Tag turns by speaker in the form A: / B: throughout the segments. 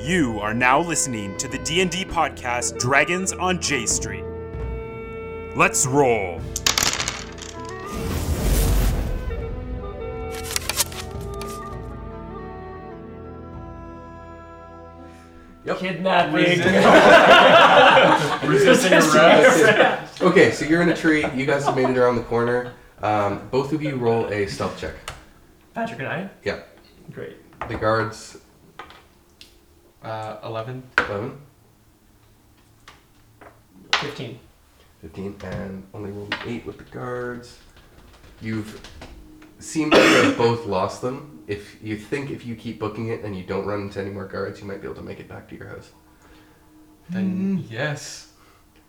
A: You are now listening to the D&D podcast Dragons on J Street. Let's roll.
B: Kidnapping.
C: Resisting
D: Okay, so you're in a tree. You guys have made it around the corner. Um, both of you roll a stealth check.
B: Patrick and I.
D: Yeah.
B: Great.
D: The guards,
C: Uh, 11.
D: 11,
B: 15.
D: 15, and only rolled an 8 with the guards. You've seemed to have both lost them. If you think if you keep booking it and you don't run into any more guards, you might be able to make it back to your house.
C: Then yes.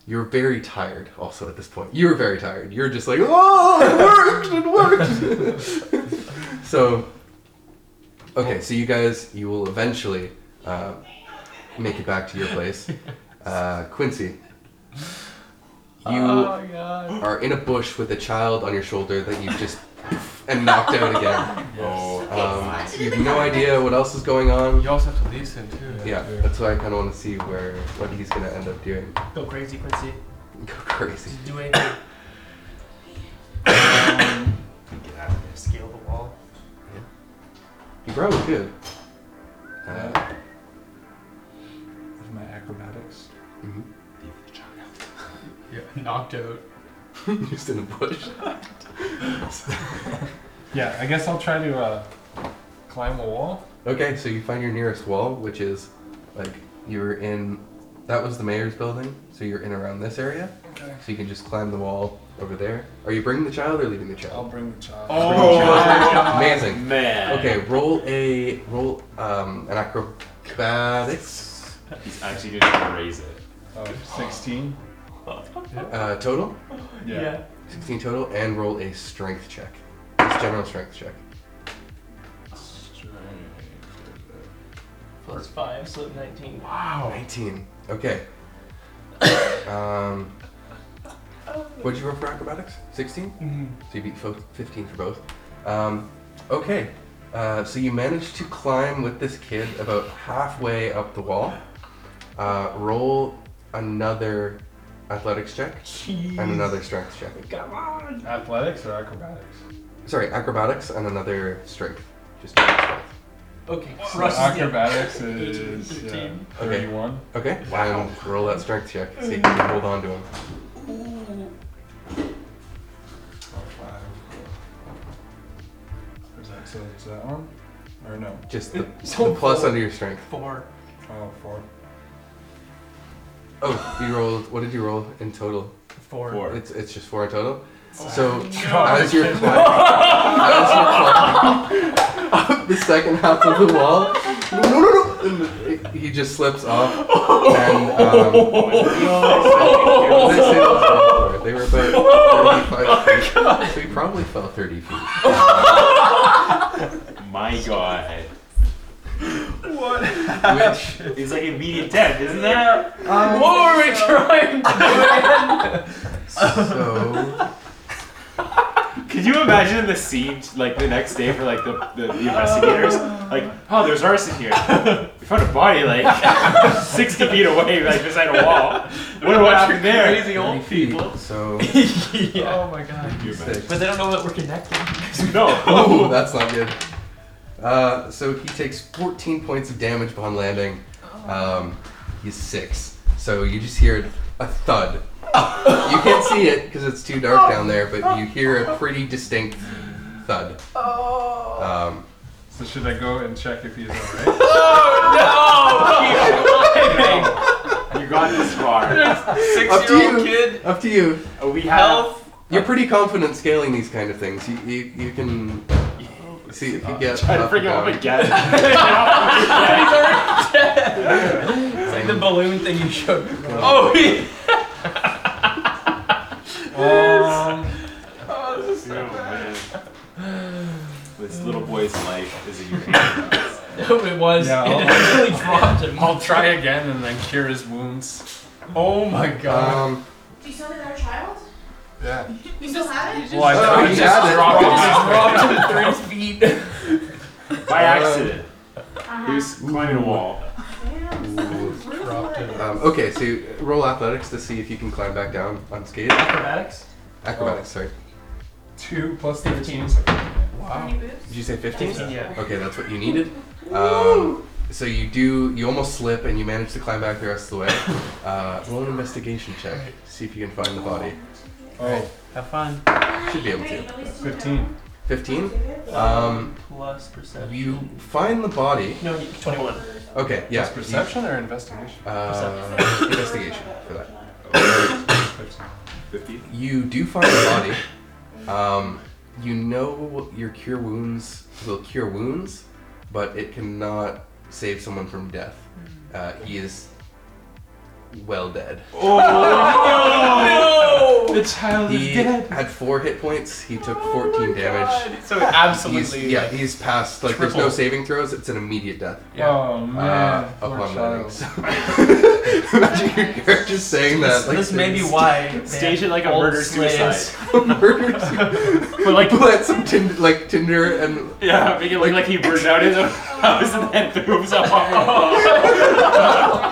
D: You're very tired also at this point. You're very tired. You're just like, oh, it worked, it worked. so, okay, so you guys, you will eventually uh, make it back to your place. Uh, Quincy,
C: Uh,
D: you
C: god.
D: are in a bush with a child on your shoulder that you just and knocked out again. Um, you have no idea what else is going on.
C: You also have to listen too.
D: Yeah, that's why I kind of want to see where what he's gonna end up doing.
B: Go crazy, Quincy.
D: Go crazy.
B: Just do anything.
A: Get out of there, scale the wall.
D: You probably could. Uh,
E: With my acrobatics.
D: mhm.
C: Yeah. Knocked out.
D: Just in a bush.
E: Yeah, I guess I'll try to uh, climb a wall.
D: Okay, so you find your nearest wall, which is like you're in. That was the mayor's building, so you're in around this area.
E: Okay.
D: So you can just climb the wall over there. Are you bringing the child or leaving the
E: I'll
D: child?
E: bring the child.
D: Oh. Amazing.
F: Man.
D: Okay, roll a roll um, an acrobatics
F: He's actually gonna raise it.
E: Oh, 16.
D: uh, total,
E: Yeah.
D: sixteen total, and roll a strength check. Just general strength check.
B: Plus 5, so 19.
D: Wow. Nineteen. Okay. um, what'd you roll for acrobatics? Sixteen. So you beat fo- fifteen for both. Um, okay. Uh, so you managed to climb with this kid about halfway up the wall. Uh, roll another athletics check and another strength check.
B: Come on.
E: Athletics or acrobatics?
D: Sorry, acrobatics and another strength. Just check the strength.
B: Okay,
E: So
B: crushes the-
E: acrobatics
B: Eighteen,
E: is yeah,
B: fifteen.
E: 31.
D: Okay. Wow. Mm-hmm. And roll that strength check. See if you can hold on to him.
E: Oh, five. Is that, so it's that one? Or no?
D: Just the,
B: So
D: the plus
B: full.
D: under your strength.
B: 4.
E: Oh, four.
D: Oh, you rolled. What did you roll in total?
B: 4.
F: Four.
D: It's it's just four in total. So as you're climbing, as you're climbing up the second half of the wall, no, no, no, and it- he just slips off. And um, they say they fell forward. They were about 35 feet, so he probably fell 30 feet.
F: My god.
D: Which
F: It's like immediate death, isn't that?
B: What were we trying to
D: so
F: Could you imagine the scene like the next day for like the, the, the investigators? Like, oh, there's arson here. We found a body like 60 feet away, like beside a wall. What, what happened there?
B: Crazy old people.
D: so
B: yeah. Oh my god.
F: You imagine.
B: But they don't know that we're connecting.
F: No.
D: Oh, that's not good. Uh, so he takes 14 points of damage upon landing. Um, he's six. So you just hear a thud. you can't see it because it's too dark down there, but you hear a pretty distinct thud. Um,
E: So should I go and check if he's alright?
F: You got this far.
D: up to you.
B: Six-year-old kid.
D: Up to you.
F: We have.
B: Health.
D: You're pretty confident scaling these kind of things. You, you, you can see if you get.
F: Try to
D: up and
F: bring it up
D: down.
F: again.
B: It's like the balloon thing you showed. Oh, he-
E: um,
F: Oh, man. This little boy's life is in your hands.
B: it was.
E: Yeah,
B: it
E: I'll-
B: actually dropped him.
E: I'll try again and then cure his wounds. Oh my god.
D: Um,
G: Do you still have another child?
E: yeah.
G: You still have it?
E: Well, I
D: Oh, you
E: tried to
D: had it.
E: just
D: Oh,
E: drop it.
B: dropped him three feet.
D: Uh,
F: By accident.
G: Uh-huh.
F: He was climbing a wall.
G: Yeah.
C: dropped it.
D: Um, okay, so you roll athletics to see if you can climb back down unscathed.
B: Acrobatics?
D: Acrobatics, sorry.
B: Two plus thirteen.
C: Wow.
G: Any boots?
D: Did you say 15?
B: Yeah.
D: Okay, that's what you needed. Um, so you do, you almost slip and you manage to climb back the rest of the way. Uh, roll an investigation check. See if you can find the body.
E: Oh,
B: Have fun.
D: Should be able to.
G: Wait, at least you
E: 15.
D: 15? Um,
B: Plus perception.
D: you Uh, find the body.
B: No, you- 21.
G: Uh,
D: Okay, yeah.
E: Is perception or investigation?
D: you- uh,
G: Perception.
D: investigation for that.
E: Perception.
F: 50.
D: You do find the body. Um, you know your cure wounds will cure wounds, but it cannot save someone from death. Uh, he is well dead.
E: The child
D: He had four hit points. He took 14 damage.
E: So absolutely.
D: He's, yeah, he's passed. Like, there's no
E: triple.
D: saving throws. It's an immediate death
E: Oh
D: uh,
E: man. poor
D: upon landing.
E: child.
D: So, imagine your character saying that.
B: This,
D: like,
B: this may be why. they
F: Stage it
B: have
F: like a
B: old
F: murder
B: slaves.
F: suicide.
D: murdered.
F: But like,
D: Plant some tinder, like Tinder and
F: yeah, make it look like he burns out his own house and then booms up on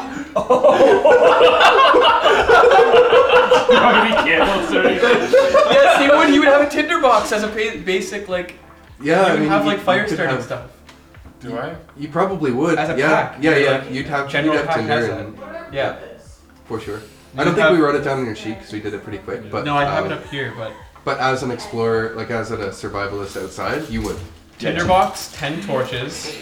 F: him. You want to be candles or anything?
B: yes, he would. He would have a tinder box as a pa- basic like.
D: Yeah,
B: he
D: I
B: would
D: mean,
B: have
D: you-
B: like
D: you
B: fire
D: could
B: starting
D: have-
B: stuff.
E: Do I?
D: You probably would.
B: As a
D: yeah,
B: pack,
D: yeah, yeah.
B: like,
D: you'd have, you'd
B: general
D: have
B: pack
D: Tinder
B: has
D: and,
B: Yeah.
D: for sure. I
B: You'd
D: don't think
B: have-
D: we wrote it down on your sheet because we did it pretty quick. But
B: No, I'd have
D: um,
B: it up here, but
D: But as an explorer, like as a survivalist outside, you would.
B: tinderbox, ten torches.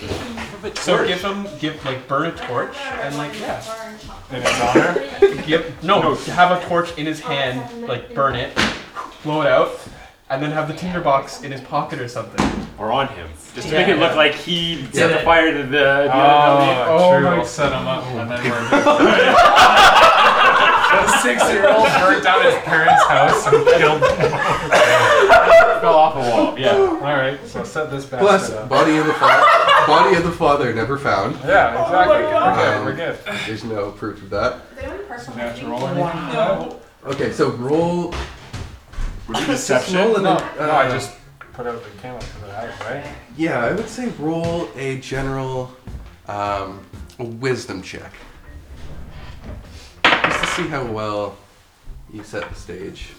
C: So give him, give like burn a torch and like yeah,
E: In his honor?
C: give no, have a torch in his hand, like burn it, blow it out, and then have the tinderbox in his pocket or something.
F: Or on him. Just to
B: Yeah.
F: make it look like he set
B: Yeah.
F: the fire to the, the other building.
E: Oh,
C: Oh,
E: true.
C: my
E: I'll set him up and then we're A six-year-old burnt down his parents' house and killed them.
F: Fell off a wall. Yeah.
E: All right, so set this bastard
D: Plus,
E: up.
D: body of the father, body of the father never found.
E: Yeah, exactly.
D: God.
E: We're good. We're good.
D: There's no proof of that.
G: They want a personal
E: Natural
G: thing.
E: or anything?
D: Okay, so roll.
F: Was it
D: just roll
F: deception?
D: an,
E: No,
D: uh,
E: no, I just put out the camera for that, right?
D: Yeah, I would say roll a general, um, wisdom check. Just to see how well you set the stage.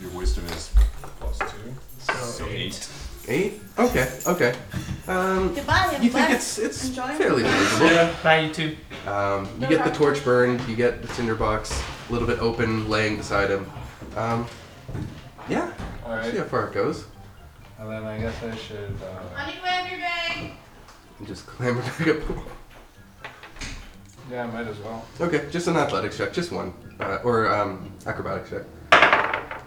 H: Your wisdom is
E: Plus two.
H: so eight.
D: Eight? Okay, okay. Um,
G: Goodbye.
D: you think it's it's
G: Enjoy.
D: fairly reasonable.
B: Bye, you two.
D: Um, you get the torch burned, you get the tinderbox a little bit open, laying beside him. Um, yeah,
E: All
D: see
E: right.
D: how far it goes.
E: And then I guess I should. Uh,
G: Honey, grab your bag.
D: And just clamber back up.
E: yeah, I might as well.
D: Okay, just an athletics check, just one, uh, or um, acrobatics check.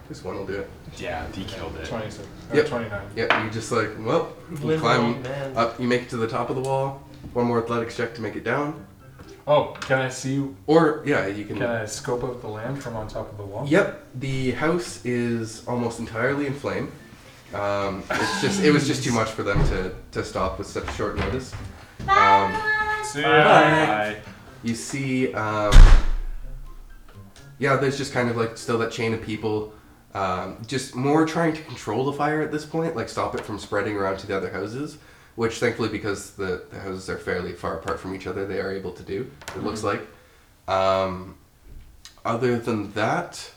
D: Just one will do it.
F: Yeah, he killed it.
E: 26. Or
D: Yep.
E: 29.
D: Yeah, you just like well, you
B: Little
D: climb
B: man.
D: up, you make it to the top of the wall. One more athletics check to make it down,
E: Oh, can I see?
D: or yeah, you can.
E: Can I scope out the land from on top of the wall?
D: Yep, the house is almost entirely in flame. Um, it's just it was just too much for them to, to stop with such short notice. Um,
F: See
E: Bye.
D: you see, um, yeah, there's just kind of like still that chain of people, um, just more trying to control the fire at this point, like stop it from spreading around to the other houses. Which thankfully, because the, the houses are fairly far apart from each other, they are able to do. It looks like. Um, other than that,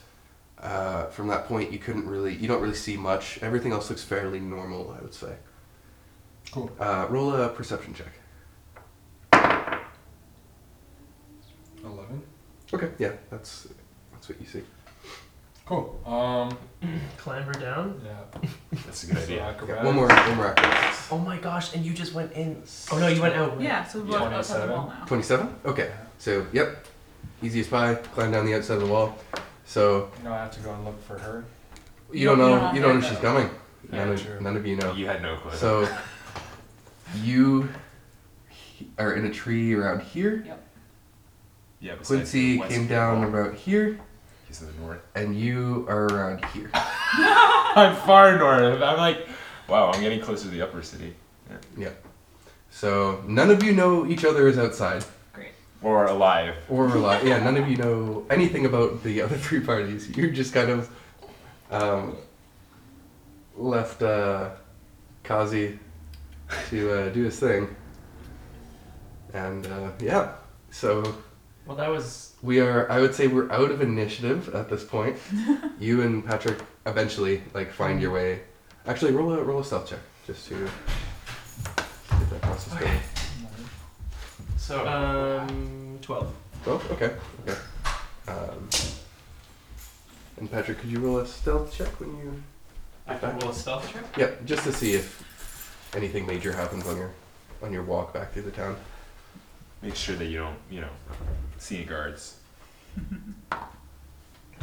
D: uh, from that point, you couldn't really, you don't really see much. Everything else looks fairly normal, I would say.
E: Cool.
D: Uh, roll a perception check.
E: 11.
D: Okay. Yeah, that's that's what you see.
E: Cool. Um,
B: Clamber down.
E: yeah.
H: That's a good
E: so
H: idea.
D: Yeah,
E: acrobatics.
D: one more, one more acrobatics.
B: Oh my gosh! And you just went in. Oh no, you went out. right?
I: Yeah, so we're both outside the wall now.
D: Twenty-seven. Okay. So, yep. Easiest pie. Climb down the outside of the wall. So
E: No, I have to go and look for her.
D: you don't know.
I: not
D: You don't know
I: there,
D: she's coming.
E: Yeah,
D: None
E: true.
D: of none of you know.
H: You had no clue.
D: So you are in a tree around here.
H: yeah, besides
D: Quincy
H: the west
D: came
H: wall,
D: down about here,
H: He's in the north.
D: and you are around here.
H: I'm far north. I'm like, wow, I'm getting closer to the upper city.
D: Yeah. So none of you know each other is outside
I: Great.
H: Or alive.
D: or alive. yeah, none of you know anything about the other three parties. You're just kind of um, left uh, Kazi to uh, do his thing, and uh, yeah. So
B: Well, that was.
D: We are. I would say we're out of initiative at this point. you and Patrick eventually like find your way. Actually, roll a roll a stealth check just to get that process going.
B: So. Um, 12.
D: Oh, okay, okay. Um, and Patrick, could you roll a stealth check when you?
B: I can roll a stealth check?
D: Yep, just to see if anything major happens on your on your walk back through the town.
H: Make sure that you don't, you know, see any guards.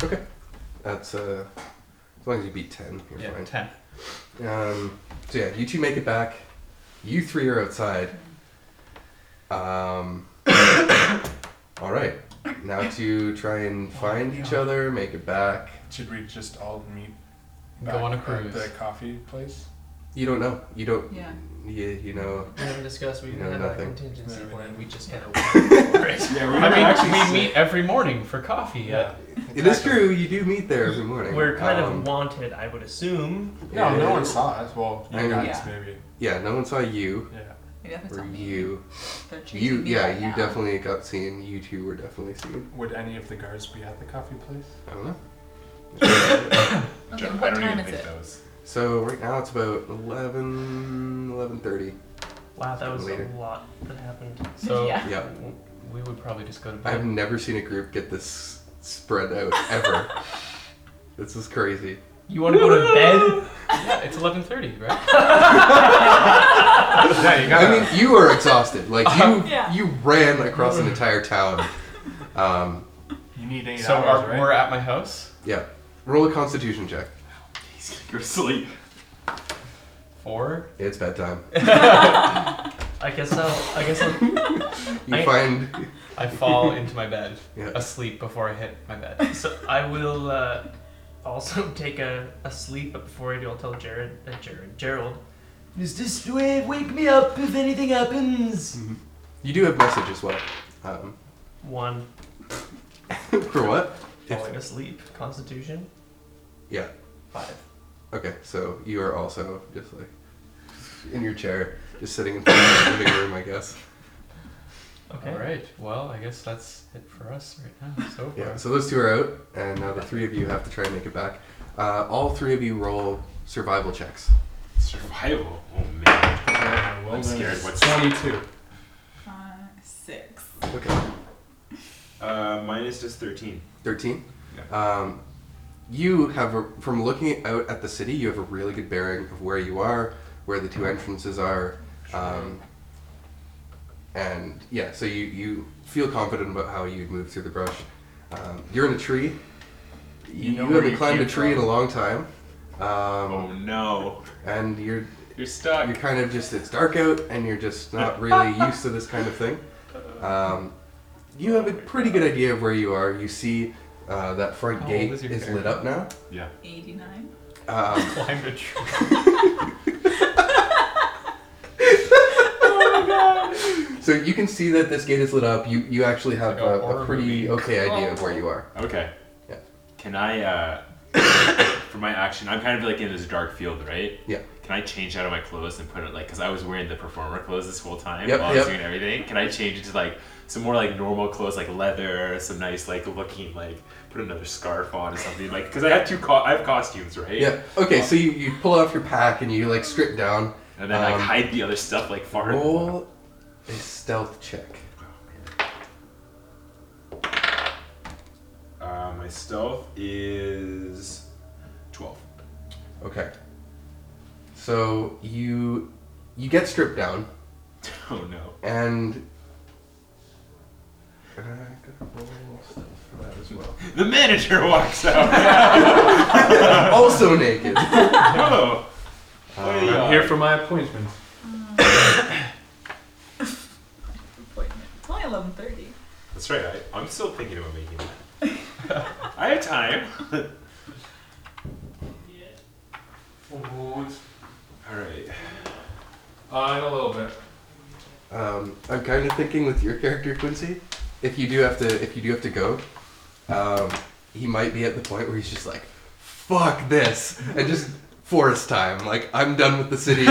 D: Okay, that's uh, as long as you beat ten, you're
B: Yeah,
D: fine.
B: 10.
D: Um, so yeah, you two make it back. You three are outside. Um, all right. Now to try and find each other, make it back.
E: Should we just all meet?
B: Go on a
E: back
B: cruise.
E: At the coffee place.
D: You don't know. You don't.
I: Yeah.
D: You, you know.
B: We haven't discussed, we
D: You
B: even
D: know
B: had our
D: nothing.
B: contingency
E: Yeah, we
B: plan.
E: didn't.
B: We just had a. Right.
F: Yeah,
B: I mean, actually, we meet every morning for coffee. Yeah.
D: It is true. You do meet there every morning.
B: We're kind
D: Um,
B: of wanted, I would assume.
E: No,
D: Yeah.
E: no one saw us. Well, you
D: Yeah.
E: guys
I: Yeah.
E: maybe.
D: Yeah. No one saw you.
E: Yeah.
I: Maybe that's
D: Or
I: on me.
D: you.
I: They're chasing
D: You.
I: me
D: Yeah.
I: right
D: You
I: now.
D: definitely got seen. You two were definitely seen.
E: Would any of the guards be at the coffee place?
D: I don't know.
I: Okay,
H: Gen-
I: what
H: I don't
I: time
H: even
I: is
H: think
I: it?
H: that was.
D: So right now it's about 11, 11.30.
B: Wow, that was
D: Later.
B: a lot that happened. So
I: Yeah.
D: Yeah.
B: we would probably just go to bed.
D: I've never seen a group get this spread out ever. this is crazy.
B: You want to go to bed? yeah, it's 11:30, right?
E: yeah, you
D: I
E: gotta.
D: mean, you are exhausted. Like you,
I: Yeah.
D: you ran across an entire town. Um,
E: you need eight
C: So
E: hours,
C: are,
E: right?
C: we're at my house.
D: yeah. Roll a Constitution check.
F: He's gonna go to sleep.
B: Four.
D: It's bedtime.
B: I guess I'll. I guess I'll,
D: You
B: I-
D: find.
C: I fall into my bed,
D: Yeah.
C: asleep before I hit my bed.
B: so I will uh, also take a, a sleep, but before I do, I'll tell Jared, uh, Jared, Gerald. Is this the way? Wake me up if anything happens.
D: You do have message as well. Um,
C: Mm-hmm.
B: One
D: for what?
B: falling asleep. Constitution
D: Yeah.
B: five.
D: Okay. So you are also just like in your chair, just sitting in front of the living room, I guess.
B: Okay.
C: All right. Well, I guess that's it for us right now. So far.
D: Yeah. So those two are out, and now the three of you have to try and make it back. Uh, all three of you roll survival checks.
H: Survival. Oh man.
E: Yeah, well,
H: I'm
E: then
H: scared.
E: it's
H: What's-
E: twenty-two?
I: Uh, six.
D: Okay.
H: Uh, mine is just 13.
D: 13 um, you have a, from looking out at the city you have a really good bearing of where you are where the two entrances are um, and yeah so you, you feel confident about how you'd move through the brush um, you're in a tree you,
H: You know
D: you
H: where
D: haven't
H: you
D: climbed a
H: came
D: tree in
H: from.
D: a long time um,
H: Oh no.
D: and you're
H: You're stuck.
D: you're kind of just it's dark out and you're just not really used to this kind of thing um, you have a pretty good idea of where you are you see uh, that front
C: How old
D: gate
C: is
D: is,
C: your character?
D: lit up now
H: Yeah.
I: 89.
D: um,
C: Climb a tree.
D: so you can see that this gate is lit up you, you actually have
C: Like a
D: a, a
C: horror
D: pretty
C: movie.
D: okay idea of where you are
H: Okay.
D: Yeah.
H: Can I, uh, for my action, I'm kind of like in this dark field, right?
D: yeah
H: Can I change out of my clothes and put it like, because I was wearing the performer clothes this whole time
D: Yep,
H: while I was
D: yep.
H: doing everything. Can I change it to like some more like normal clothes, like leather, some nice like looking like, put another scarf on or something like, because I have two, co- I have costumes, right?
D: yeah okay so you, you pull off your pack and you like strip down
H: And then like
D: Um,
H: hide the other stuff like far.
D: roll a stealth check
H: Uh, my stealth is twelve.
D: okay so you you get stripped down
H: Oh no.
D: And I gotta roll stuff for that as well.
H: The manager walks out.
D: also naked.
H: oh.
D: Uh,
H: uh,
E: I'm here for my appointment.
I: Appointment. It's only 11.30.
H: That's right. I, I'm still thinking about making that. I have time. All right.
E: Uh, in a little bit.
D: Um, I'm kind of thinking with your character Quincy, if you do have to, if you do have to go, um, he might be at the point where he's just like, "Fuck this," and just forest time. Like I'm done with the city.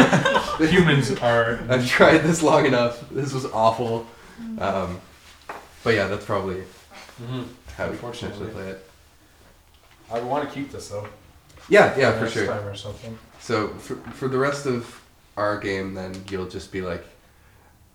E: Humans are.
D: I've tried this long enough. This was awful. Um, But yeah, that's probably how we
E: Unfortunately.
D: potentially play it.
E: I want to keep this though.
D: Yeah, yeah, for
E: next
D: sure.
E: Time or something.
D: So for, for the rest of our game, then you'll just be like,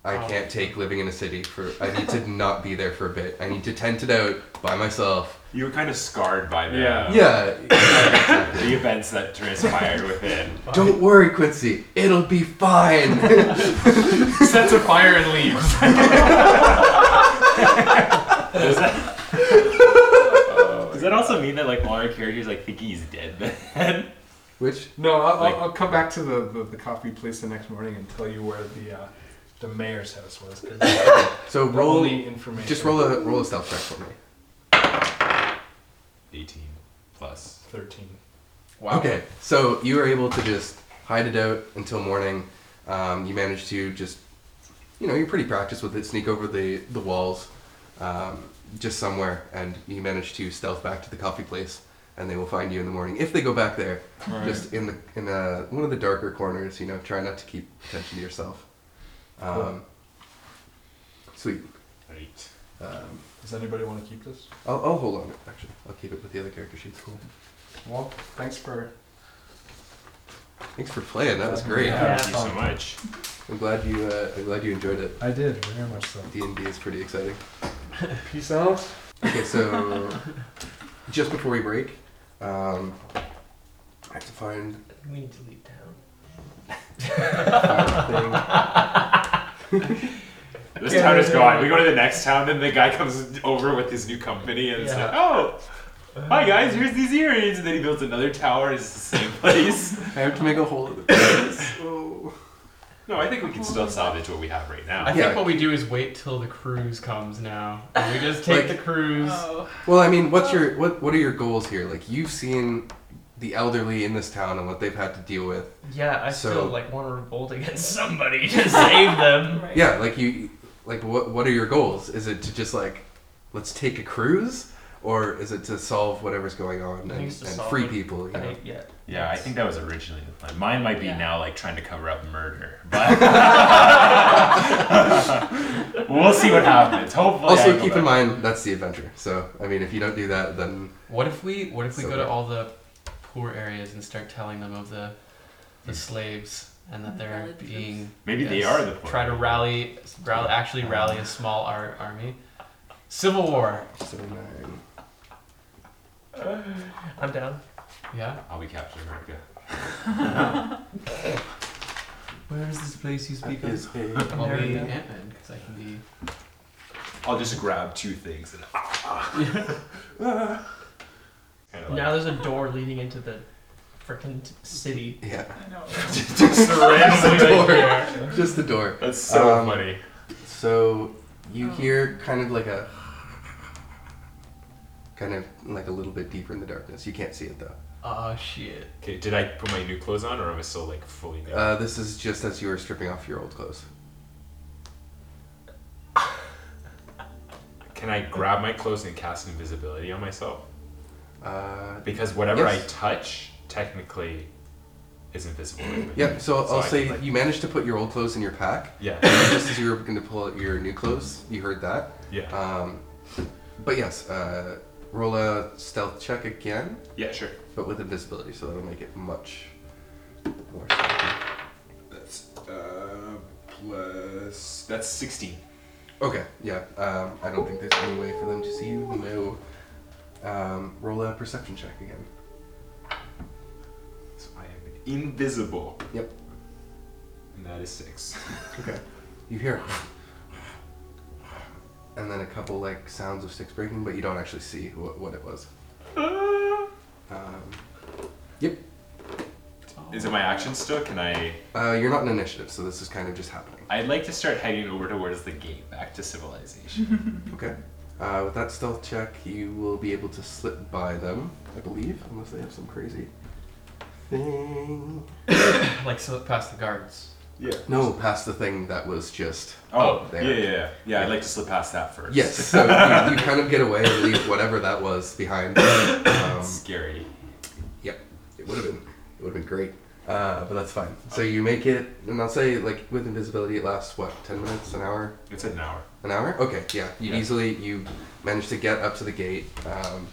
D: I can't take living in a city for. I need to not be there for a bit. I need to tent it out by myself.
H: You were kind of scarred by the,
E: Yeah.
D: Yeah.
H: the events that transpired within.
D: Don't worry, Quincy. It'll be fine.
E: Sets a fire and leaves.
H: Does that, does that also mean that like all our characters like think he's dead then?
D: Which
E: No, I'll,
H: Like-
E: I'll, I'll come back to the, the, the coffee place the next morning and tell you where the uh, the mayor's house was. 'cause that's
D: so
E: the
D: roll.
E: only information.
D: Just roll a roll a stealth check for me.
H: 18 plus.
E: Thirteen.
D: Okay, so you were able to just hide it out until morning. Um, you managed to just, you know, you're pretty practiced with it. Sneak over the the walls, um, just somewhere, and you manage to stealth back to the coffee place, and they will find you in the morning if they go back there. Just in the in a, one of the darker corners, you know. Try not to keep attention to yourself. Um, Sweet.
H: Right.
D: Um,
E: Does anybody want to keep this?
D: I'll, I'll hold on to it actually. I'll keep it with the other character sheets. Cool.
E: Well, thanks for.
D: Thanks for playing. That was great.
E: Yeah.
H: Thank you so much.
D: I'm glad you. Uh, I'm glad you enjoyed it.
E: I did very much so.
D: D and D is pretty exciting.
E: Peace out.
D: Okay, so just before we break, um, I have to find
B: We need to leave town.
D: a
H: This town is gone. We go to the next town, and the guy comes over with his new company, and it's
B: Yeah.
H: like, oh, hi guys, here's these earrings. And then he builds another tower, and it's the same place.
D: thing. I have to make a whole other place. Oh.
H: No, I think we can still salvage what we have right
J: I
H: now.
J: think
D: Yeah.
J: what we do is wait till the cruise comes now. And we just take
D: Like-
J: the cruise.
I: Oh,
D: Well, I mean, what's your what? What are your goals here? Like, you've seen the elderly in this town and what they've had to deal with.
B: Yeah, I
D: So-
B: still like want to revolt against somebody to save them.
I: right.
D: Yeah, like you, like what? What are your goals? Is it to just like, let's take a cruise, or is it to solve whatever's going on and,
B: I think it's to
D: and
B: solve
D: free
B: it.
D: people? You
B: I
D: know?
B: think, yeah.
H: Yeah, I think that was originally the plan. Mine might be
I: Yeah.
H: now like trying to cover up murder, but we'll see what happens.
B: Oh,
H: Hopefully, I
D: Also,
H: go
D: keep in
H: back.
D: mind that's the adventure. So, I mean, if you don't do that, then
J: What if we what if we
D: So
J: go to
D: bad.
J: all the poor areas and start telling them of the the slaves and that they're
I: Valid troops.
J: being
H: Maybe they
J: yes,
H: are the poor
J: try to
H: areas.
J: rally, rally actually rally a small ar- army. Civil war.
D: so nine.
B: I'm down.
J: Yeah.
H: I'll be Captain America.
J: Where is this place you speak of?
D: a
J: I'll be
B: America.
J: Ant Man because I can be.
H: I'll just grab two things and. ah. Kinda like-
B: Now there's a door leading into the freaking city.
D: yeah,
I: I know.
H: Just randomly, like,
D: just the door.
H: That's so
D: Um,
H: funny.
D: So you
I: Oh.
D: hear kind of like a kind of like a little bit deeper in the darkness. You can't see it though.
J: Oh shit.
H: Okay, did I put my new clothes on, or am I still like fully naked?
D: Uh, this is just as you were stripping off your old clothes.
H: Can I grab my clothes and cast invisibility on myself?
D: Uh,
H: Because whatever
D: Yes.
H: I touch technically is invisible. right?
D: yeah, so, I'll
H: Mm-hmm. I
D: say
H: can, like-
D: you managed to put your old clothes in your pack.
H: yeah,
D: just as you were going to pull out your new clothes, you heard that.
H: yeah,
D: Um, but yes, uh, roll a stealth check again,
H: yeah. Sure.
D: but with invisibility, so that'll make it much more. stealthy.
H: That's uh, plus. That's sixteen.
D: Okay, yeah. Um, I don't think there's any way for them to see you. No. Um, roll a perception check again.
H: So I am invisible.
D: Yep.
H: And that is six.
D: Okay. You hear. And then a couple like sounds of sticks breaking, but you don't actually see what, what it was. Um, yep.
H: Is it my action still? Can I?
D: Uh, you're not an initiative, so this is kind of just happening.
H: I'd like to start heading over towards the gate back to civilization.
D: Okay. Uh, with that stealth check, you will be able to slip by them, I believe, unless they have some crazy thing.
J: Like slip past the guards.
H: yeah.
D: No, past the thing that was just
H: Oh, yeah,
D: there.
H: yeah, yeah, yeah. I'd like to slip past that first.
D: Yes, so you, you kind of get away and leave whatever that was behind. Um,
H: Scary.
D: yep, it would have been it would have been great. Uh, but that's fine. So you make it, and I'll say like with invisibility, it lasts what, ten minutes, an hour?
H: It's an hour.
D: An hour? Okay, yeah. You
H: Yeah.
D: easily you manage to get up to the gate. Um,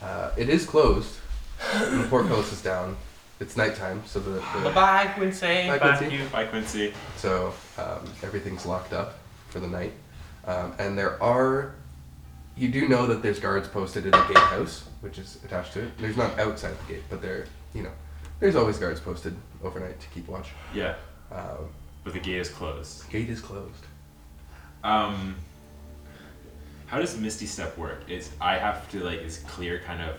D: uh, it is closed. and the portcullis is down. It's nighttime, so the, the
J: Bye, Quincy.
D: Bye, Quincy.
H: Bye, Quincy.
D: so um, everything's locked up for the night. Um, and there are, you do know that there's guards posted in the gatehouse, which is attached to it. There's not outside the gate, but there, you know, there's always guards posted overnight to keep watch.
H: Yeah,
D: Um,
H: but the gate is closed.
D: gate is closed.
H: Um, how does Misty Step work? Is I have to like is clear kind of.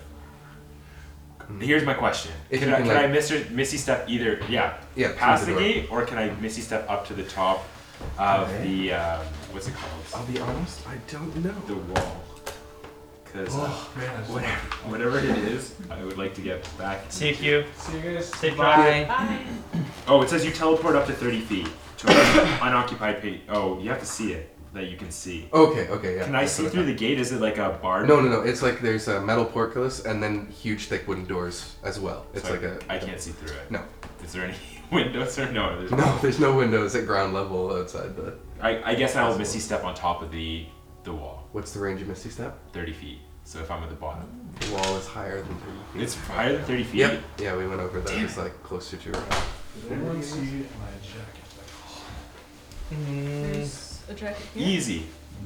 H: Here's my question.
D: If
H: can
D: you
H: I,
D: can,
H: can I
D: like-
H: Mister Misty Step either yeah
D: Yeah,
H: past the
D: through the door.
H: gate or can I Misty Step up to the top of
D: Okay. Oh.
H: the um, what's it called
D: I'll be honest, I don't know.
H: the wall? Because
E: Oh, Man,
D: Oh.
E: I just-
H: whatever, whatever it is, I would like to get back.
B: Safe you.
C: See you guys.
B: Safe drive.
I: Bye.
H: Oh, it says you teleport up to 30 feet to an unoccupied page. Oh, you have to see it that you can see.
D: Okay, okay, yeah.
H: Can I
D: that's
H: see
D: what
H: through
D: thought.
H: the gate? Is it like a bar?
D: No, no, no. It's like there's a metal portcullis and then huge, thick wooden doors as well. It's
H: So
D: like
H: I,
D: a
H: I can't see through it.
D: No.
H: Is there any windows or no? There's
D: No, there's no windows at ground level outside the.
H: I, I guess I'll misty step on top of the the wall,
D: What's the range of Misty Step?
H: 30 feet. So if I'm at the bottom,
D: The wall is higher than 30 feet.
H: it's higher than 30 feet.
D: Yep. Yeah, we went over that. It's like closer to around.
E: Did everyone see my jacket?
I: There's a jacket here.
H: Easy.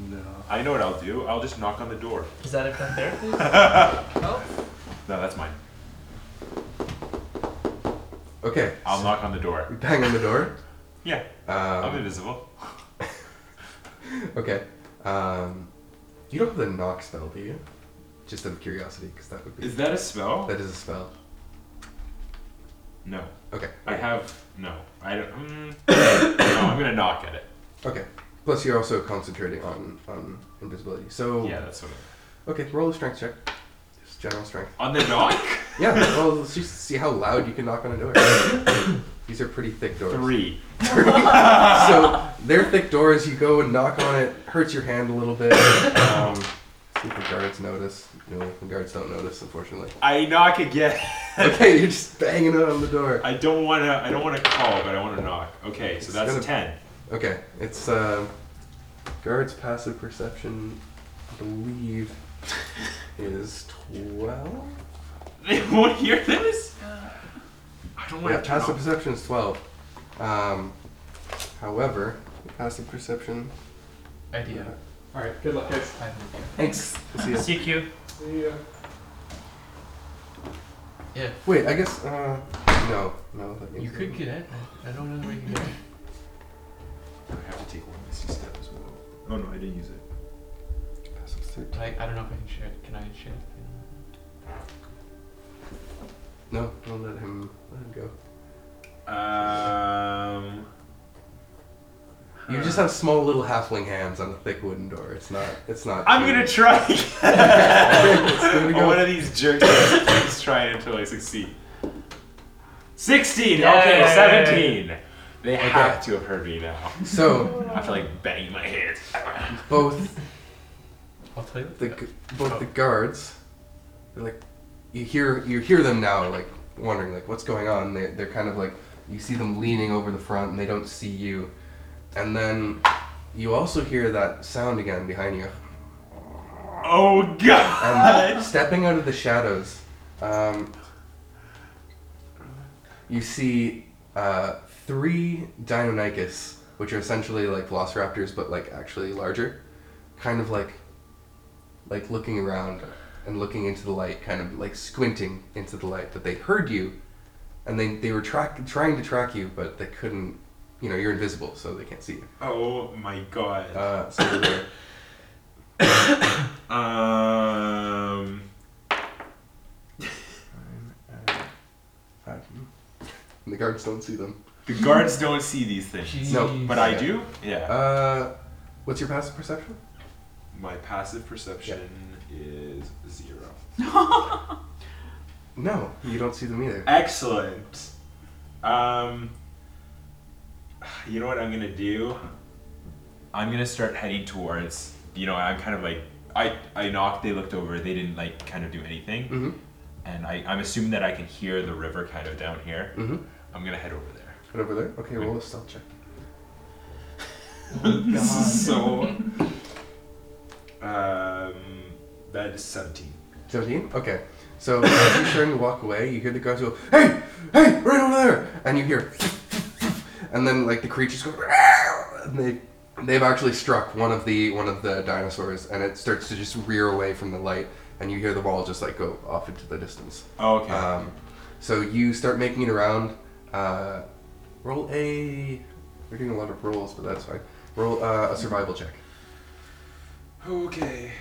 E: No.
H: I know what I'll do. I'll just knock on the door.
B: Is that it back there?
I: Oh,
H: No, that's mine.
D: Okay.
H: I'll knock on the door.
D: We bang on the door.
H: Yeah, I'm
D: Um,
H: invisible.
D: okay. Um, you don't have the knock spell, do you? Just out of curiosity, because that would be.
H: Is that a spell?
D: that is a spell.
H: No.
D: Okay.
H: I have no. I don't. Mm, no, I'm gonna knock at it.
D: Okay. Plus, you're also concentrating on on invisibility. So.
H: Yeah, that's what. It,
D: Okay. Roll a strength check. Just general strength.
H: on the knock.
D: Yeah, well, let's just see how loud you can knock on a door. These are pretty thick doors.
H: Three.
D: So they're thick doors. You go and knock on it. Hurts your hand a little bit. Um, see if the guards notice. No, the guards don't notice, unfortunately.
H: I knock again.
D: Okay, you're just banging on the door.
H: I don't wanna. I don't wanna call, but I wanna knock. Okay,
D: It's
H: so that's a
D: gonna-
H: ten.
D: Okay, it's uh, guards' passive perception. I believe is twelve.
H: They won't hear this.
I: uh,
H: I don't
D: Yeah,
H: wanna turn
D: passive
H: off.
D: perception is twelve. Um, however, passive perception. Uh-huh.
J: Idea.
C: Alright, good luck, guys.
J: I think.
D: Thanks.
B: CQ.
E: See ya.
J: Yeah.
D: Wait, I guess uh no, no. That means
J: You could get it. I I don't know where you can get it.
H: I have to take one misty step as well. Oh no, I didn't use it.
D: Passive thirteen.
J: I, I don't know if I can share it. Can I share it?
D: No, don't let him let him go.
H: Um.
D: You just have small little halfling hands on a thick wooden door. It's not. It's not.
H: I'm gonna try. Oh,
D: It's gonna
H: One
D: go.
H: of these jerks keeps trying until I succeed. 16! Okay,
B: Yay.
H: 17! They have to have heard me now.
D: So
H: I have to like bang my head.
D: both
J: I'll tell you.
D: the gu- both the guards, they're like, you hear you hear them now, like wondering like what's going on. They they're kind of like you see them leaning over the front and they don't see you, and then you also hear that sound again behind you.
H: Oh
D: And
H: god!
D: stepping out of the shadows, um, you see uh, three Deinonychus, which are essentially like velociraptors, but like actually larger, kind of like like looking around and looking into the light, kind of like squinting into the light. That they heard you, and they they were track, trying to track you, but they couldn't. You know, you're invisible, so they can't see you.
H: Oh my god.
D: Uh, so they're-
H: Um.
D: the guards don't see them.
H: The guards don't see these things.
J: Jeez.
D: No,
H: But I do? Yeah.
D: Uh, what's your passive perception?
H: My passive perception is zero.
D: No, you don't see them either.
H: Excellent. Um, you know what I'm gonna do? I'm gonna start heading towards. You know, I'm kind of like I I knocked. They looked over. They didn't like kind of do anything.
D: Mm-hmm.
H: and I, I'm assuming that I can hear the river kind of down here.
D: Mhm.
H: I'm gonna head over there.
D: Right over there? Okay, roll a stealth check.
H: this is so. Um, that is 17.
D: 17? Okay. So as you turn to walk away, you hear the guards go, hey, hey, right over there! And you hear, and then like the creatures go, "Row!" and they, they've actually struck one of the one of the dinosaurs, and it starts to just rear away from the light, and you hear the ball just like go off into the distance.
H: Oh, okay.
D: Um, so you start making it around. Uh, roll a. We're doing a lot of rolls, but that's fine. Roll uh, a survival check.
H: Okay.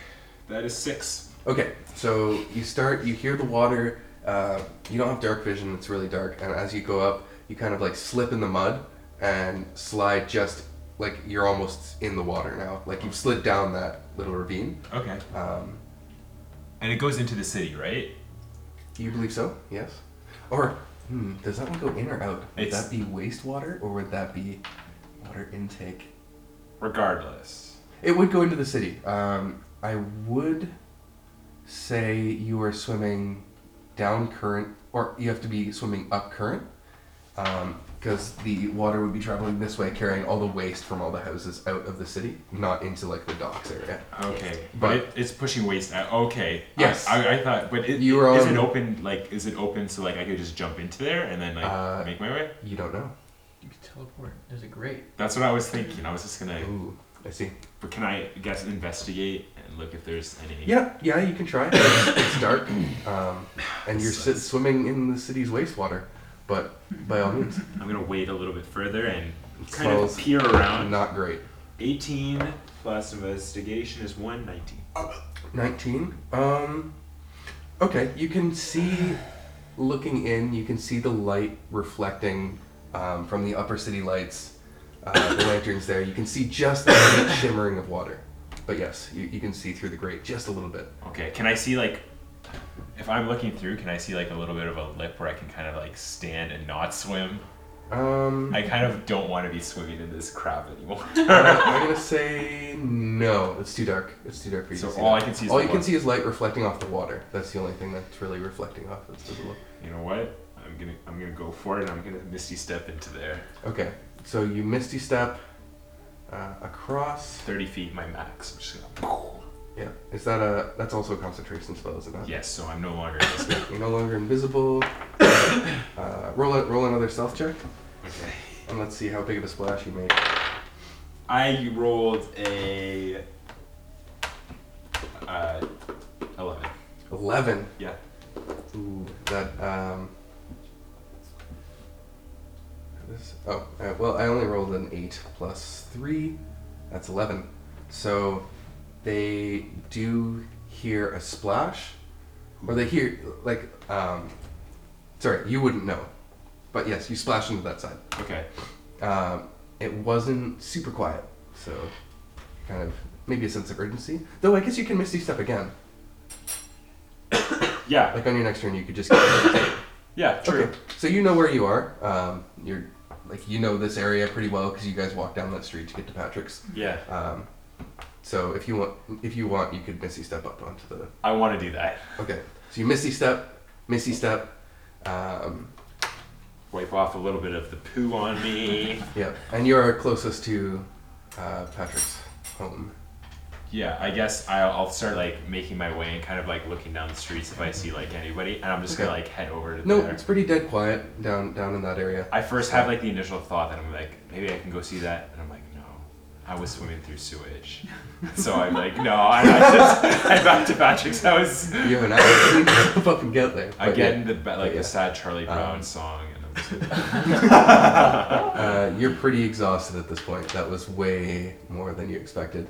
H: That is 6.
D: Okay, so you start. You hear the water. Uh, you don't have dark vision. It's really dark, and as you go up, you kind of like slip in the mud and slide just like you're almost in the water now. Like you've slid down that little ravine.
H: Okay.
D: Um,
H: And it goes into the city, right?
D: you believe so? Yes. Or hmm, does that one go in or out? Would
H: It's-
D: that be wastewater or would that be water intake?
H: Regardless.
D: It would go into the city. Um, I would say you are swimming down current, or you have to be swimming up current, because the water would be traveling this way, carrying all the waste from all the houses out of the city, not into like the docks area.
H: Okay. But,
D: But-
H: it, it's pushing waste out. Okay.
D: Yes.
H: I, I, I thought, but it,
D: You were
H: is
D: on-
H: it open, like, is it open so, like, I could just jump into there and then, like,
D: Uh,
H: make my way?
D: You don't know.
J: You could teleport. There's a grate.
H: That's what I was thinking. I was just gonna,
D: Ooh, I see.
H: but can I, I guess, investigate and look if there's any.
D: Yeah, yeah, you can try. It's, it's dark, um, and you're si-
H: Sucks.
D: swimming in the city's wastewater, but by all means,
H: I'm gonna wait a little bit further and kind
D: smells
H: of peer around.
D: not great.
H: 18 plus investigation is 119.
D: 19 um okay you can see looking in you can see the light reflecting um, from the upper city lights uh, the lanterns there you can see just the faint shimmering of water but yes you, you can see through the grate just a little bit
H: Okay, can I see like if I'm looking through, can I see like a little bit of a lip where I can kind of like stand and not swim?
D: um
H: I kind of don't want to be swimming in this crap anymore.
D: uh, i'm gonna say no it's too dark it's too dark for you
H: So
D: to see
H: all
D: that.
H: I can see is
D: all
H: the
D: you can
H: water.
D: see is light reflecting off the water that's the only thing that's really reflecting off that's visible
H: you know what? I'm gonna I'm gonna go for it and I'm gonna misty step into there.
D: okay so you misty step uh, across
H: 30 feet my max. I'm just gonna
D: Yeah. Is that a that's also a concentration spell, is it not?
H: Yes, so I'm no longer in this
D: You're no longer invisible. uh, roll a, roll another stealth check,
H: Okay.
D: and let's see how big of a splash you make.
H: I rolled a uh, 11.
D: Eleven.
H: Yeah.
D: Ooh. That um. This, oh uh, well, I only rolled an eight plus three. That's eleven. So they do hear a splash, or they hear like um. Sorry, you wouldn't know, but yes, you splash into that side.
H: Okay.
D: um, it wasn't super quiet, so kind of maybe a sense of urgency. Though I guess you can misty step again.
H: Yeah.
D: Like on your next turn, you could just. Get
H: Yeah, true.
D: Okay, so you know where you are. Um, you're like you know this area pretty well because you guys walk down that street to get to Patrick's.
H: Yeah.
D: Um, so if you want, if you want, you could misty step up onto the.
H: I want to do that.
D: Okay, so you misty step, misty step. Um,
H: Wipe off a little bit of the poo on me.
D: yeah, and you are closest to uh, Patrick's home.
H: Yeah, I guess I'll, I'll start like making my way and kind of like looking down the streets if I see like anybody, and I'm just gonna
D: Okay.
H: like head over to
D: No,
H: there.
D: it's pretty dead quiet down down in that area.
H: I first have like the initial thought that I'm like maybe I can go see that, and I'm like no, I was swimming through sewage, so I'm like no, I, I just head back to Patrick's house.
D: You have an hour to fucking get there. But
H: Again, the ba- like
D: yeah.
H: the sad Charlie Brown
D: Um,
H: song, and I'm just like,
D: yeah, uh, you're pretty exhausted at this point. That was way more than you expected.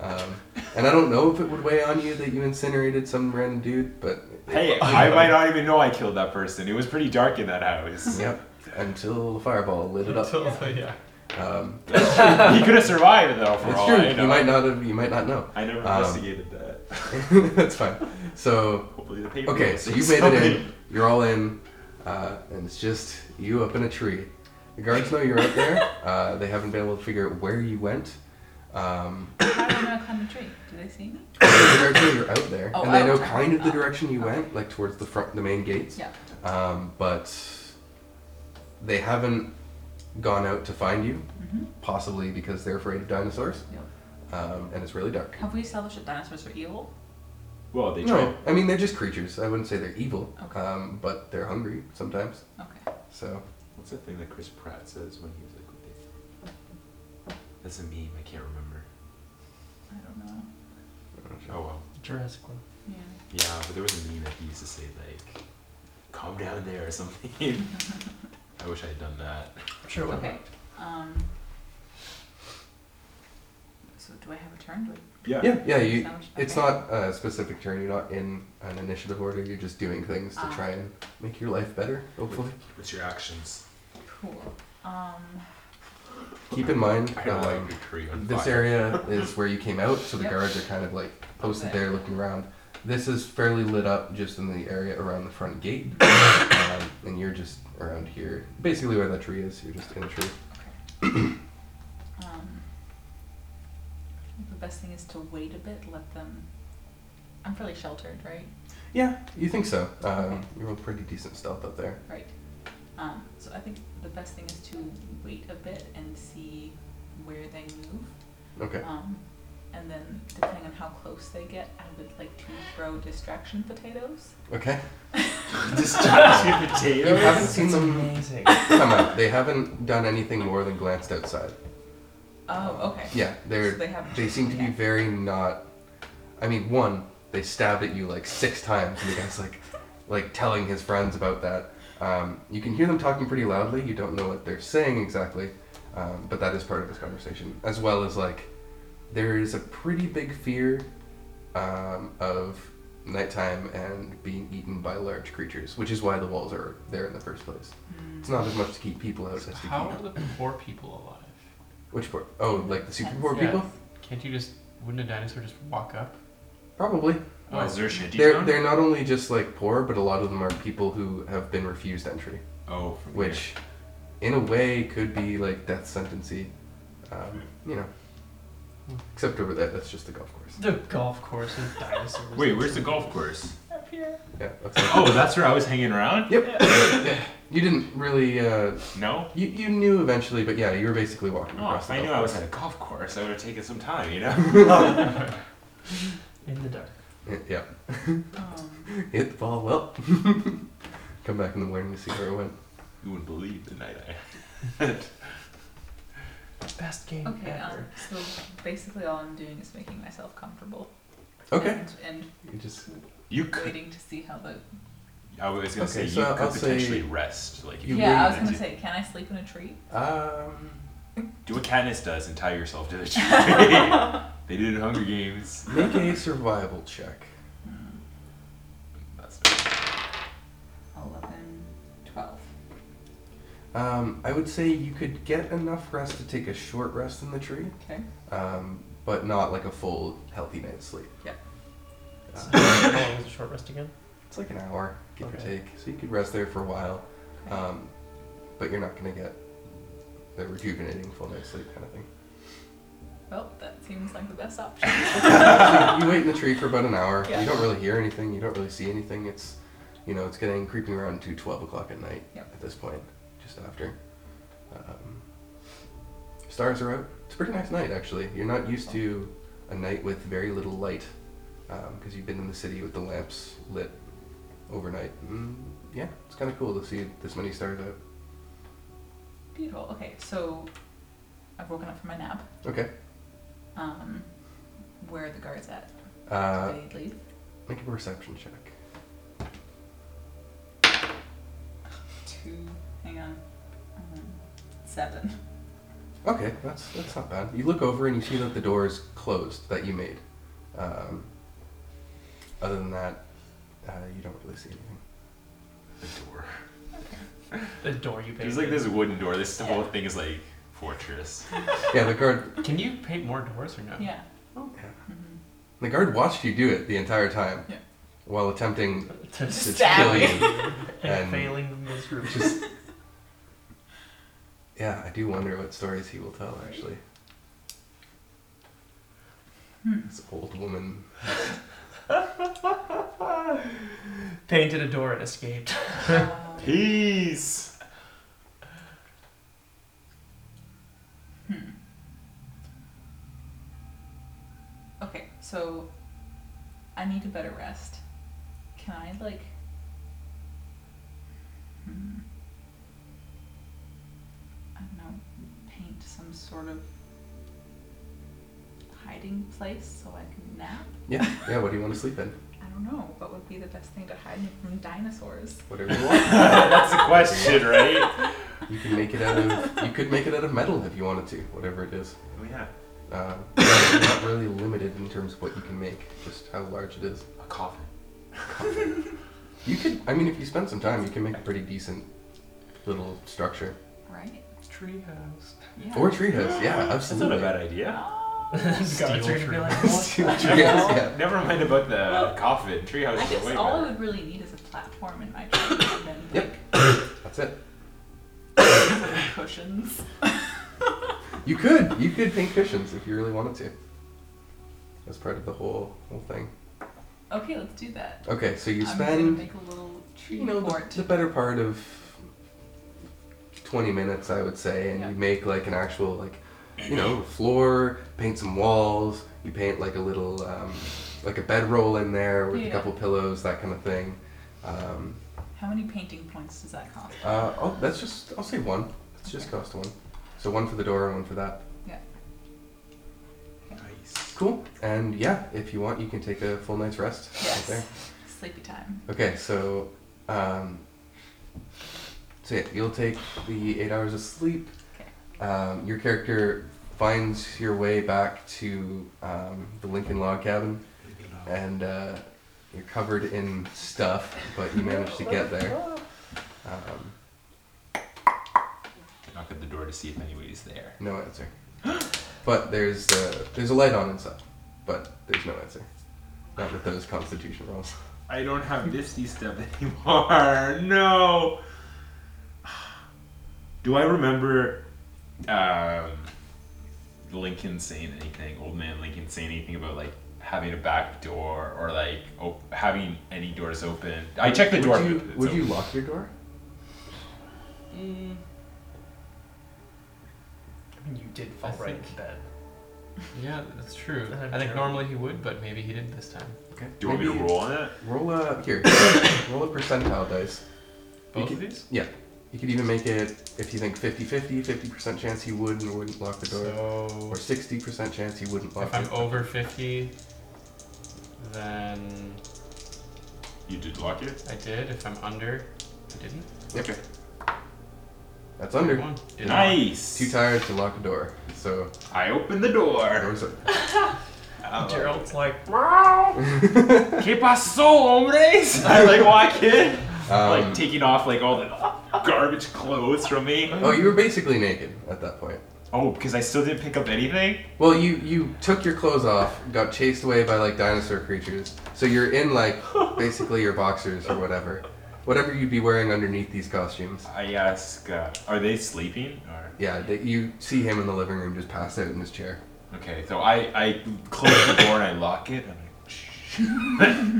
D: Um, and I don't know if it would weigh on you that you incinerated some random dude, but
H: hey, I might not even know I killed that person. It was pretty dark in that house.
D: yep. Until the fireball lit
B: Uh,
D: it up.
J: Until the- yeah.
D: Um,
H: he could have survived though. For
D: it's
H: all
D: true.
H: I know.
D: You might not have. You might not know.
H: I never
D: Um,
H: investigated that.
D: That's fine. So
H: Hopefully the paper.
D: Okay,
H: will
D: so
H: say
D: you made it
H: something.
D: in. You're all in, uh, and it's just you up in a tree. The guards know you're up there. Uh, they haven't been able to figure out where you went, Um,
I: How do I not climb a tree? Do they see me?
D: directly you're out there,
I: Oh,
D: and they
I: out.
D: know kind of the direction you went, like towards the front, the main gates.
I: Yeah.
D: Um, but they haven't gone out to find you,
I: Mhm.
D: possibly because they're afraid of dinosaurs. Um, and it's really dark.
I: Have we established that dinosaurs are evil?
H: Well, they
D: no,
H: try.
D: I mean they're just creatures. I wouldn't say they're evil, um, but they're hungry sometimes.
I: Okay.
D: So
H: What's that thing that Chris Pratt says when he was like, with the- that's a meme. I can't remember.
I: I don't know.
H: Oh well.
B: Jurassic World.
I: Yeah.
H: Yeah, but there was a meme that he used to say like, "Calm down there" or something. I wish I had done that.
B: Sure. why
I: Okay.
B: not?
I: Um. So do I have a turn? Do I...
H: Yeah.
D: yeah, yeah. You,
I: Established-
D: it's
I: okay.
D: not a specific turn. You're not in an initiative order. You're just doing things to
I: Ah.
D: try and make your life better. Hopefully,
H: What's your actions?
I: Cool. Um.
D: keep in mind.
H: I light
D: Um,
H: your tree on
D: This
H: fire.
D: area is where you came out, so the
I: Yep.
D: guards are kind of like posted
I: Okay.
D: there looking around. This is fairly lit up just in the area around the front gate, um, and you're just around here, basically where that tree is. You're just in the tree.
I: Um, I think the best thing is to wait a bit, let them. I'm fairly sheltered, right?
D: Yeah, you think so? Um, you're on pretty decent stealth up there.
I: Right. Um, so I think the best thing is to wait a bit and see where they move.
D: Okay.
I: Um, and then depending on how close they get, I would like to throw distraction potatoes.
D: Okay.
H: Distraction
D: You
H: potatoes.
D: haven't seen
B: It's
D: them
B: amazing.
D: come out. They haven't done anything more than glanced outside.
I: Oh, okay.
D: Yeah, they're
I: So they have-
D: they seem to be
I: yeah.
D: very not. I mean, one they stabbed at you like six times, and the guy's like, like telling his friends about that. Um, you can hear them talking pretty loudly. You don't know what they're saying exactly, um, but that is part of this conversation, as well as like, there is a pretty big fear um, of nighttime and being eaten by large creatures, which is why the walls are there in the first place. It's not as much to keep people out as to
J: How
D: keep
J: are the poor people alive?
D: which part? Oh, like the super poor
J: Yeah.
D: people?
J: Can't you just? Wouldn't a dinosaur just walk up?
D: Probably.
H: Why Oh, is there shit
D: They're, they're not only just like poor, but a lot of them are people who have been refused entry,
H: Oh, from here.
D: which in a way could be like death sentencey, um, you know. Except over there, that's just the golf course.
B: The golf course with dinosaurs.
H: Wait, where's the golf course?
D: Yeah, that's it.
H: Oh, that's where I was hanging around.
D: Yep. Yeah. You didn't really, uh,
H: No.
D: you, you knew eventually, but yeah, you were basically walking
H: Oh,
D: across
H: if
D: the
H: I
D: golf
H: knew I
D: course.
H: was at a golf course, I would have taken some time, you know.
B: in the dark?
D: Yeah.
I: Um,
D: Hit the ball, well. Come back in the morning to see where it went.
H: you wouldn't believe the night I.
B: Best game
I: okay. Um,
B: ever.
I: so basically, all I'm doing is making myself comfortable.
D: Okay.
I: And,
D: You just,
H: You
I: and
H: could.
I: waiting to see how the.
H: I was gonna
D: Okay,
H: say
D: so
H: you
D: I'll
H: could
D: say-
H: potentially rest, like if you
I: yeah, I was
H: wanted
I: gonna
H: to.
I: say, can I sleep in a tree?
D: um,
H: Do what Katniss does and tie yourself to the tree. they did it in Hunger Games.
D: make a survival check.
H: That's
I: 11, 12.
D: Um, I would say you could get enough rest to take a short rest in the tree,
I: Okay.
D: um, but not like a full healthy night's sleep.
I: Yeah.
D: Uh,
J: Oh,
B: How long is the short rest again?
D: it's like an hour, give or
B: Okay.
D: take. So you could rest there for a while,
I: Okay.
D: um, but you're not going to get the rejuvenating full night's sleep kind of thing.
I: Well, that seems like the best option.
D: you wait in the tree for about an hour.
I: Yeah.
D: You don't really hear anything. You don't really see anything. It's, you know, it's getting creeping around to 12 o'clock at night
I: Yep.
D: at this point, just after. Um, stars are out. It's a pretty nice night, actually. You're not used to a night with very little light because you've been in the city with the lamps lit overnight. Mm, yeah, it's kind of cool to see this many stars out.
I: Beautiful. Okay, so I've woken up from my nap.
D: Okay.
I: Um, where are the guards at? Do
D: Uh,
I: they leave?
D: make a perception check.
I: Two. Hang on. Um, seven.
D: Okay, that's that's not bad. You look over and you see that the door is closed that you made. Um, other than that, uh, you don't really see anything.
H: the door.
B: The door you painted.
H: There's like this wooden door. This
I: Yeah.
H: whole thing is like fortress.
D: Yeah, the guard
J: Can you paint more doors or no?
I: Yeah.
D: the guard watched you do it the entire time.
I: Yeah.
D: While attempting
B: To
D: to
I: Stab
D: kill
I: me.
D: you.
B: and
D: and-
B: failing miserably.
D: Just yeah, I do wonder what stories he will tell actually. This old woman.
B: Painted a door and escaped.
I: Mm-hmm. Um,
F: Peace.
I: Okay, so I need a better rest. Can I like? Hmm. I don't know. Paint some sort of hiding place so I can nap.
D: Yeah, yeah. What do you want to sleep in?
I: I don't know. What would be the best thing to hide me from dinosaurs?
D: Whatever you want.
F: That's the question, right?
D: You can make it out of. You could make it out of metal if you wanted to. Whatever it is.
F: Oh yeah.
D: Uh, you're not really limited in terms of what you can make. Just how large it is.
F: A coffin.
D: You could. I mean, if you spend some time, you can make a pretty decent little structure
I: Right?
C: Treehouse.
I: Yeah. Oh.
D: or treehouse. Yeah,
H: That's not
D: absolutely.
H: a bad idea.
B: Got a tree to be like, "What?"
D: Treehouse, yeah.
H: Never mind about the coffin. Treehouse
I: I
H: is
I: guess
H: way
I: all I
H: better.
I: would really need is a platform in my tree and then
D: Yep.
I: like
D: That's it.
I: cushions.
D: You could. You could paint cushions if you really wanted to. That's part of the whole whole thing.
I: Okay, let's do that.
D: Okay, so you
I: I'm gonna
D: spend
I: make a little tree
D: you know
I: fort.
D: the, the better part of twenty minutes, I would say, and
I: Yeah.
D: you make like an actual like you know floor, paint some walls, you paint like a little um, like a bedroll in there with a
I: Yeah.
D: couple pillows, that kind of thing. Um,
I: How many painting points does that cost?
D: uh, oh, that's just I'll say one. It's just cost one. So one for the door and one for that.
I: Yeah.
F: Nice.
D: Cool. And yeah, if you want, you can take a full night's rest. right
I: Yes.
D: there.
I: Sleepy time.
D: Okay, so, um, so yeah, you'll take the eight hours of sleep. Um, your character finds your way back to um, the Lincoln Log Cabin, and uh, you're covered in stuff, but you manage to get there. Um,
H: Knock at the door to see if anybody's there.
D: no answer. But there's uh, there's a light on inside, but there's no answer. Not with those Constitution rolls.
F: I don't have this stuff anymore. No.
H: Do I remember um, Lincoln saying anything? Old man Lincoln saying anything about like having a back door or like op- having any doors open? I checked the
D: would
H: door.
D: You,
H: It's
D: would you
H: open.
D: lock your door?
B: I mean, you did fall
J: I
B: right
J: think-
B: in bed.
J: Yeah, that's true.
B: That'd be
J: I think
B: terrible.
J: normally he would, but maybe he didn't this time.
D: Okay.
H: Do you want me to
D: Maybe-
H: roll on it?
D: Roll a here. roll a percentile dice.
J: Both
D: you
J: of
D: could,
J: these?
D: yeah. You could even make it if you think 50-50, 50% chance he would and wouldn't lock the door,
J: So
D: or 60% chance he wouldn't lock
J: if
D: the
J: I'm
D: door.
J: over 50, then
H: You did lock it.
J: I did. If I'm under, I didn't.
D: Okay. That's under.
J: One. Did not.
H: Nice.
D: Too tired to lock a door, so
H: I opened the door.
D: doors are.
H: Oh.
B: Gerald's like,
H: Que paso, hombres? I like walk in,
D: Um,
H: like taking off like all the garbage clothes from me.
D: oh, you were basically naked at that point.
H: Oh, because I still didn't pick up anything.
D: Well, you you took your clothes off, got chased away by like dinosaur creatures. So you're in like basically your boxers or whatever, whatever you'd be wearing underneath these costumes.
H: I ask, uh, are they sleeping? Or
D: Yeah, that you see him in the living room just passed out in his chair.
H: okay, so I I close the door and I lock it. And I'm like, "Shh."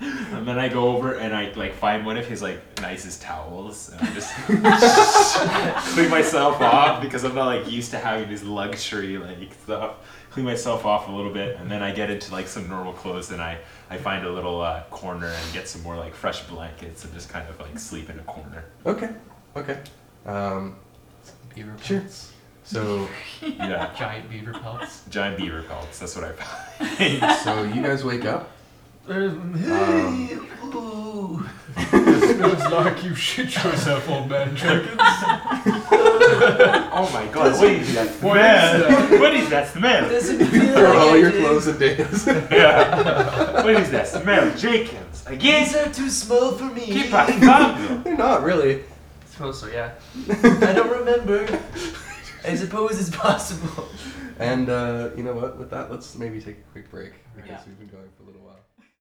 H: and then I go over and I like find one of his like nicest towels and I just clean myself off because I'm not like used to having this luxury like stuff. Clean myself off a little bit and then I get into like some normal clothes and I I find a little uh, corner and get some more like fresh blankets and just kind of like sleep in a corner.
D: Okay, okay. Um,
J: Beaver pelts.
D: Sure. so
H: Yeah,
J: Giant beaver pelts.
H: giant beaver pelts. That's what I found.
D: so you guys wake up.
B: there's
D: Um,
B: ooh.
C: Smells like you shit yourself, old man Jenkins.
H: Oh my god, what is that smell? What is that smell?
B: Doesn't feel
D: throw
B: like
D: all
B: I
D: your
B: did.
D: clothes and dance.
H: Yeah. What is that smell? Jenkins,
B: These
H: again?
B: are too small for me.
H: Keep on Pablo.
D: They're not really.
B: Suppose so, yeah. I don't remember. I suppose it's possible.
D: And uh, you know what? With that, let's maybe take a quick break because
I: Yeah.
D: we've been going for a little while.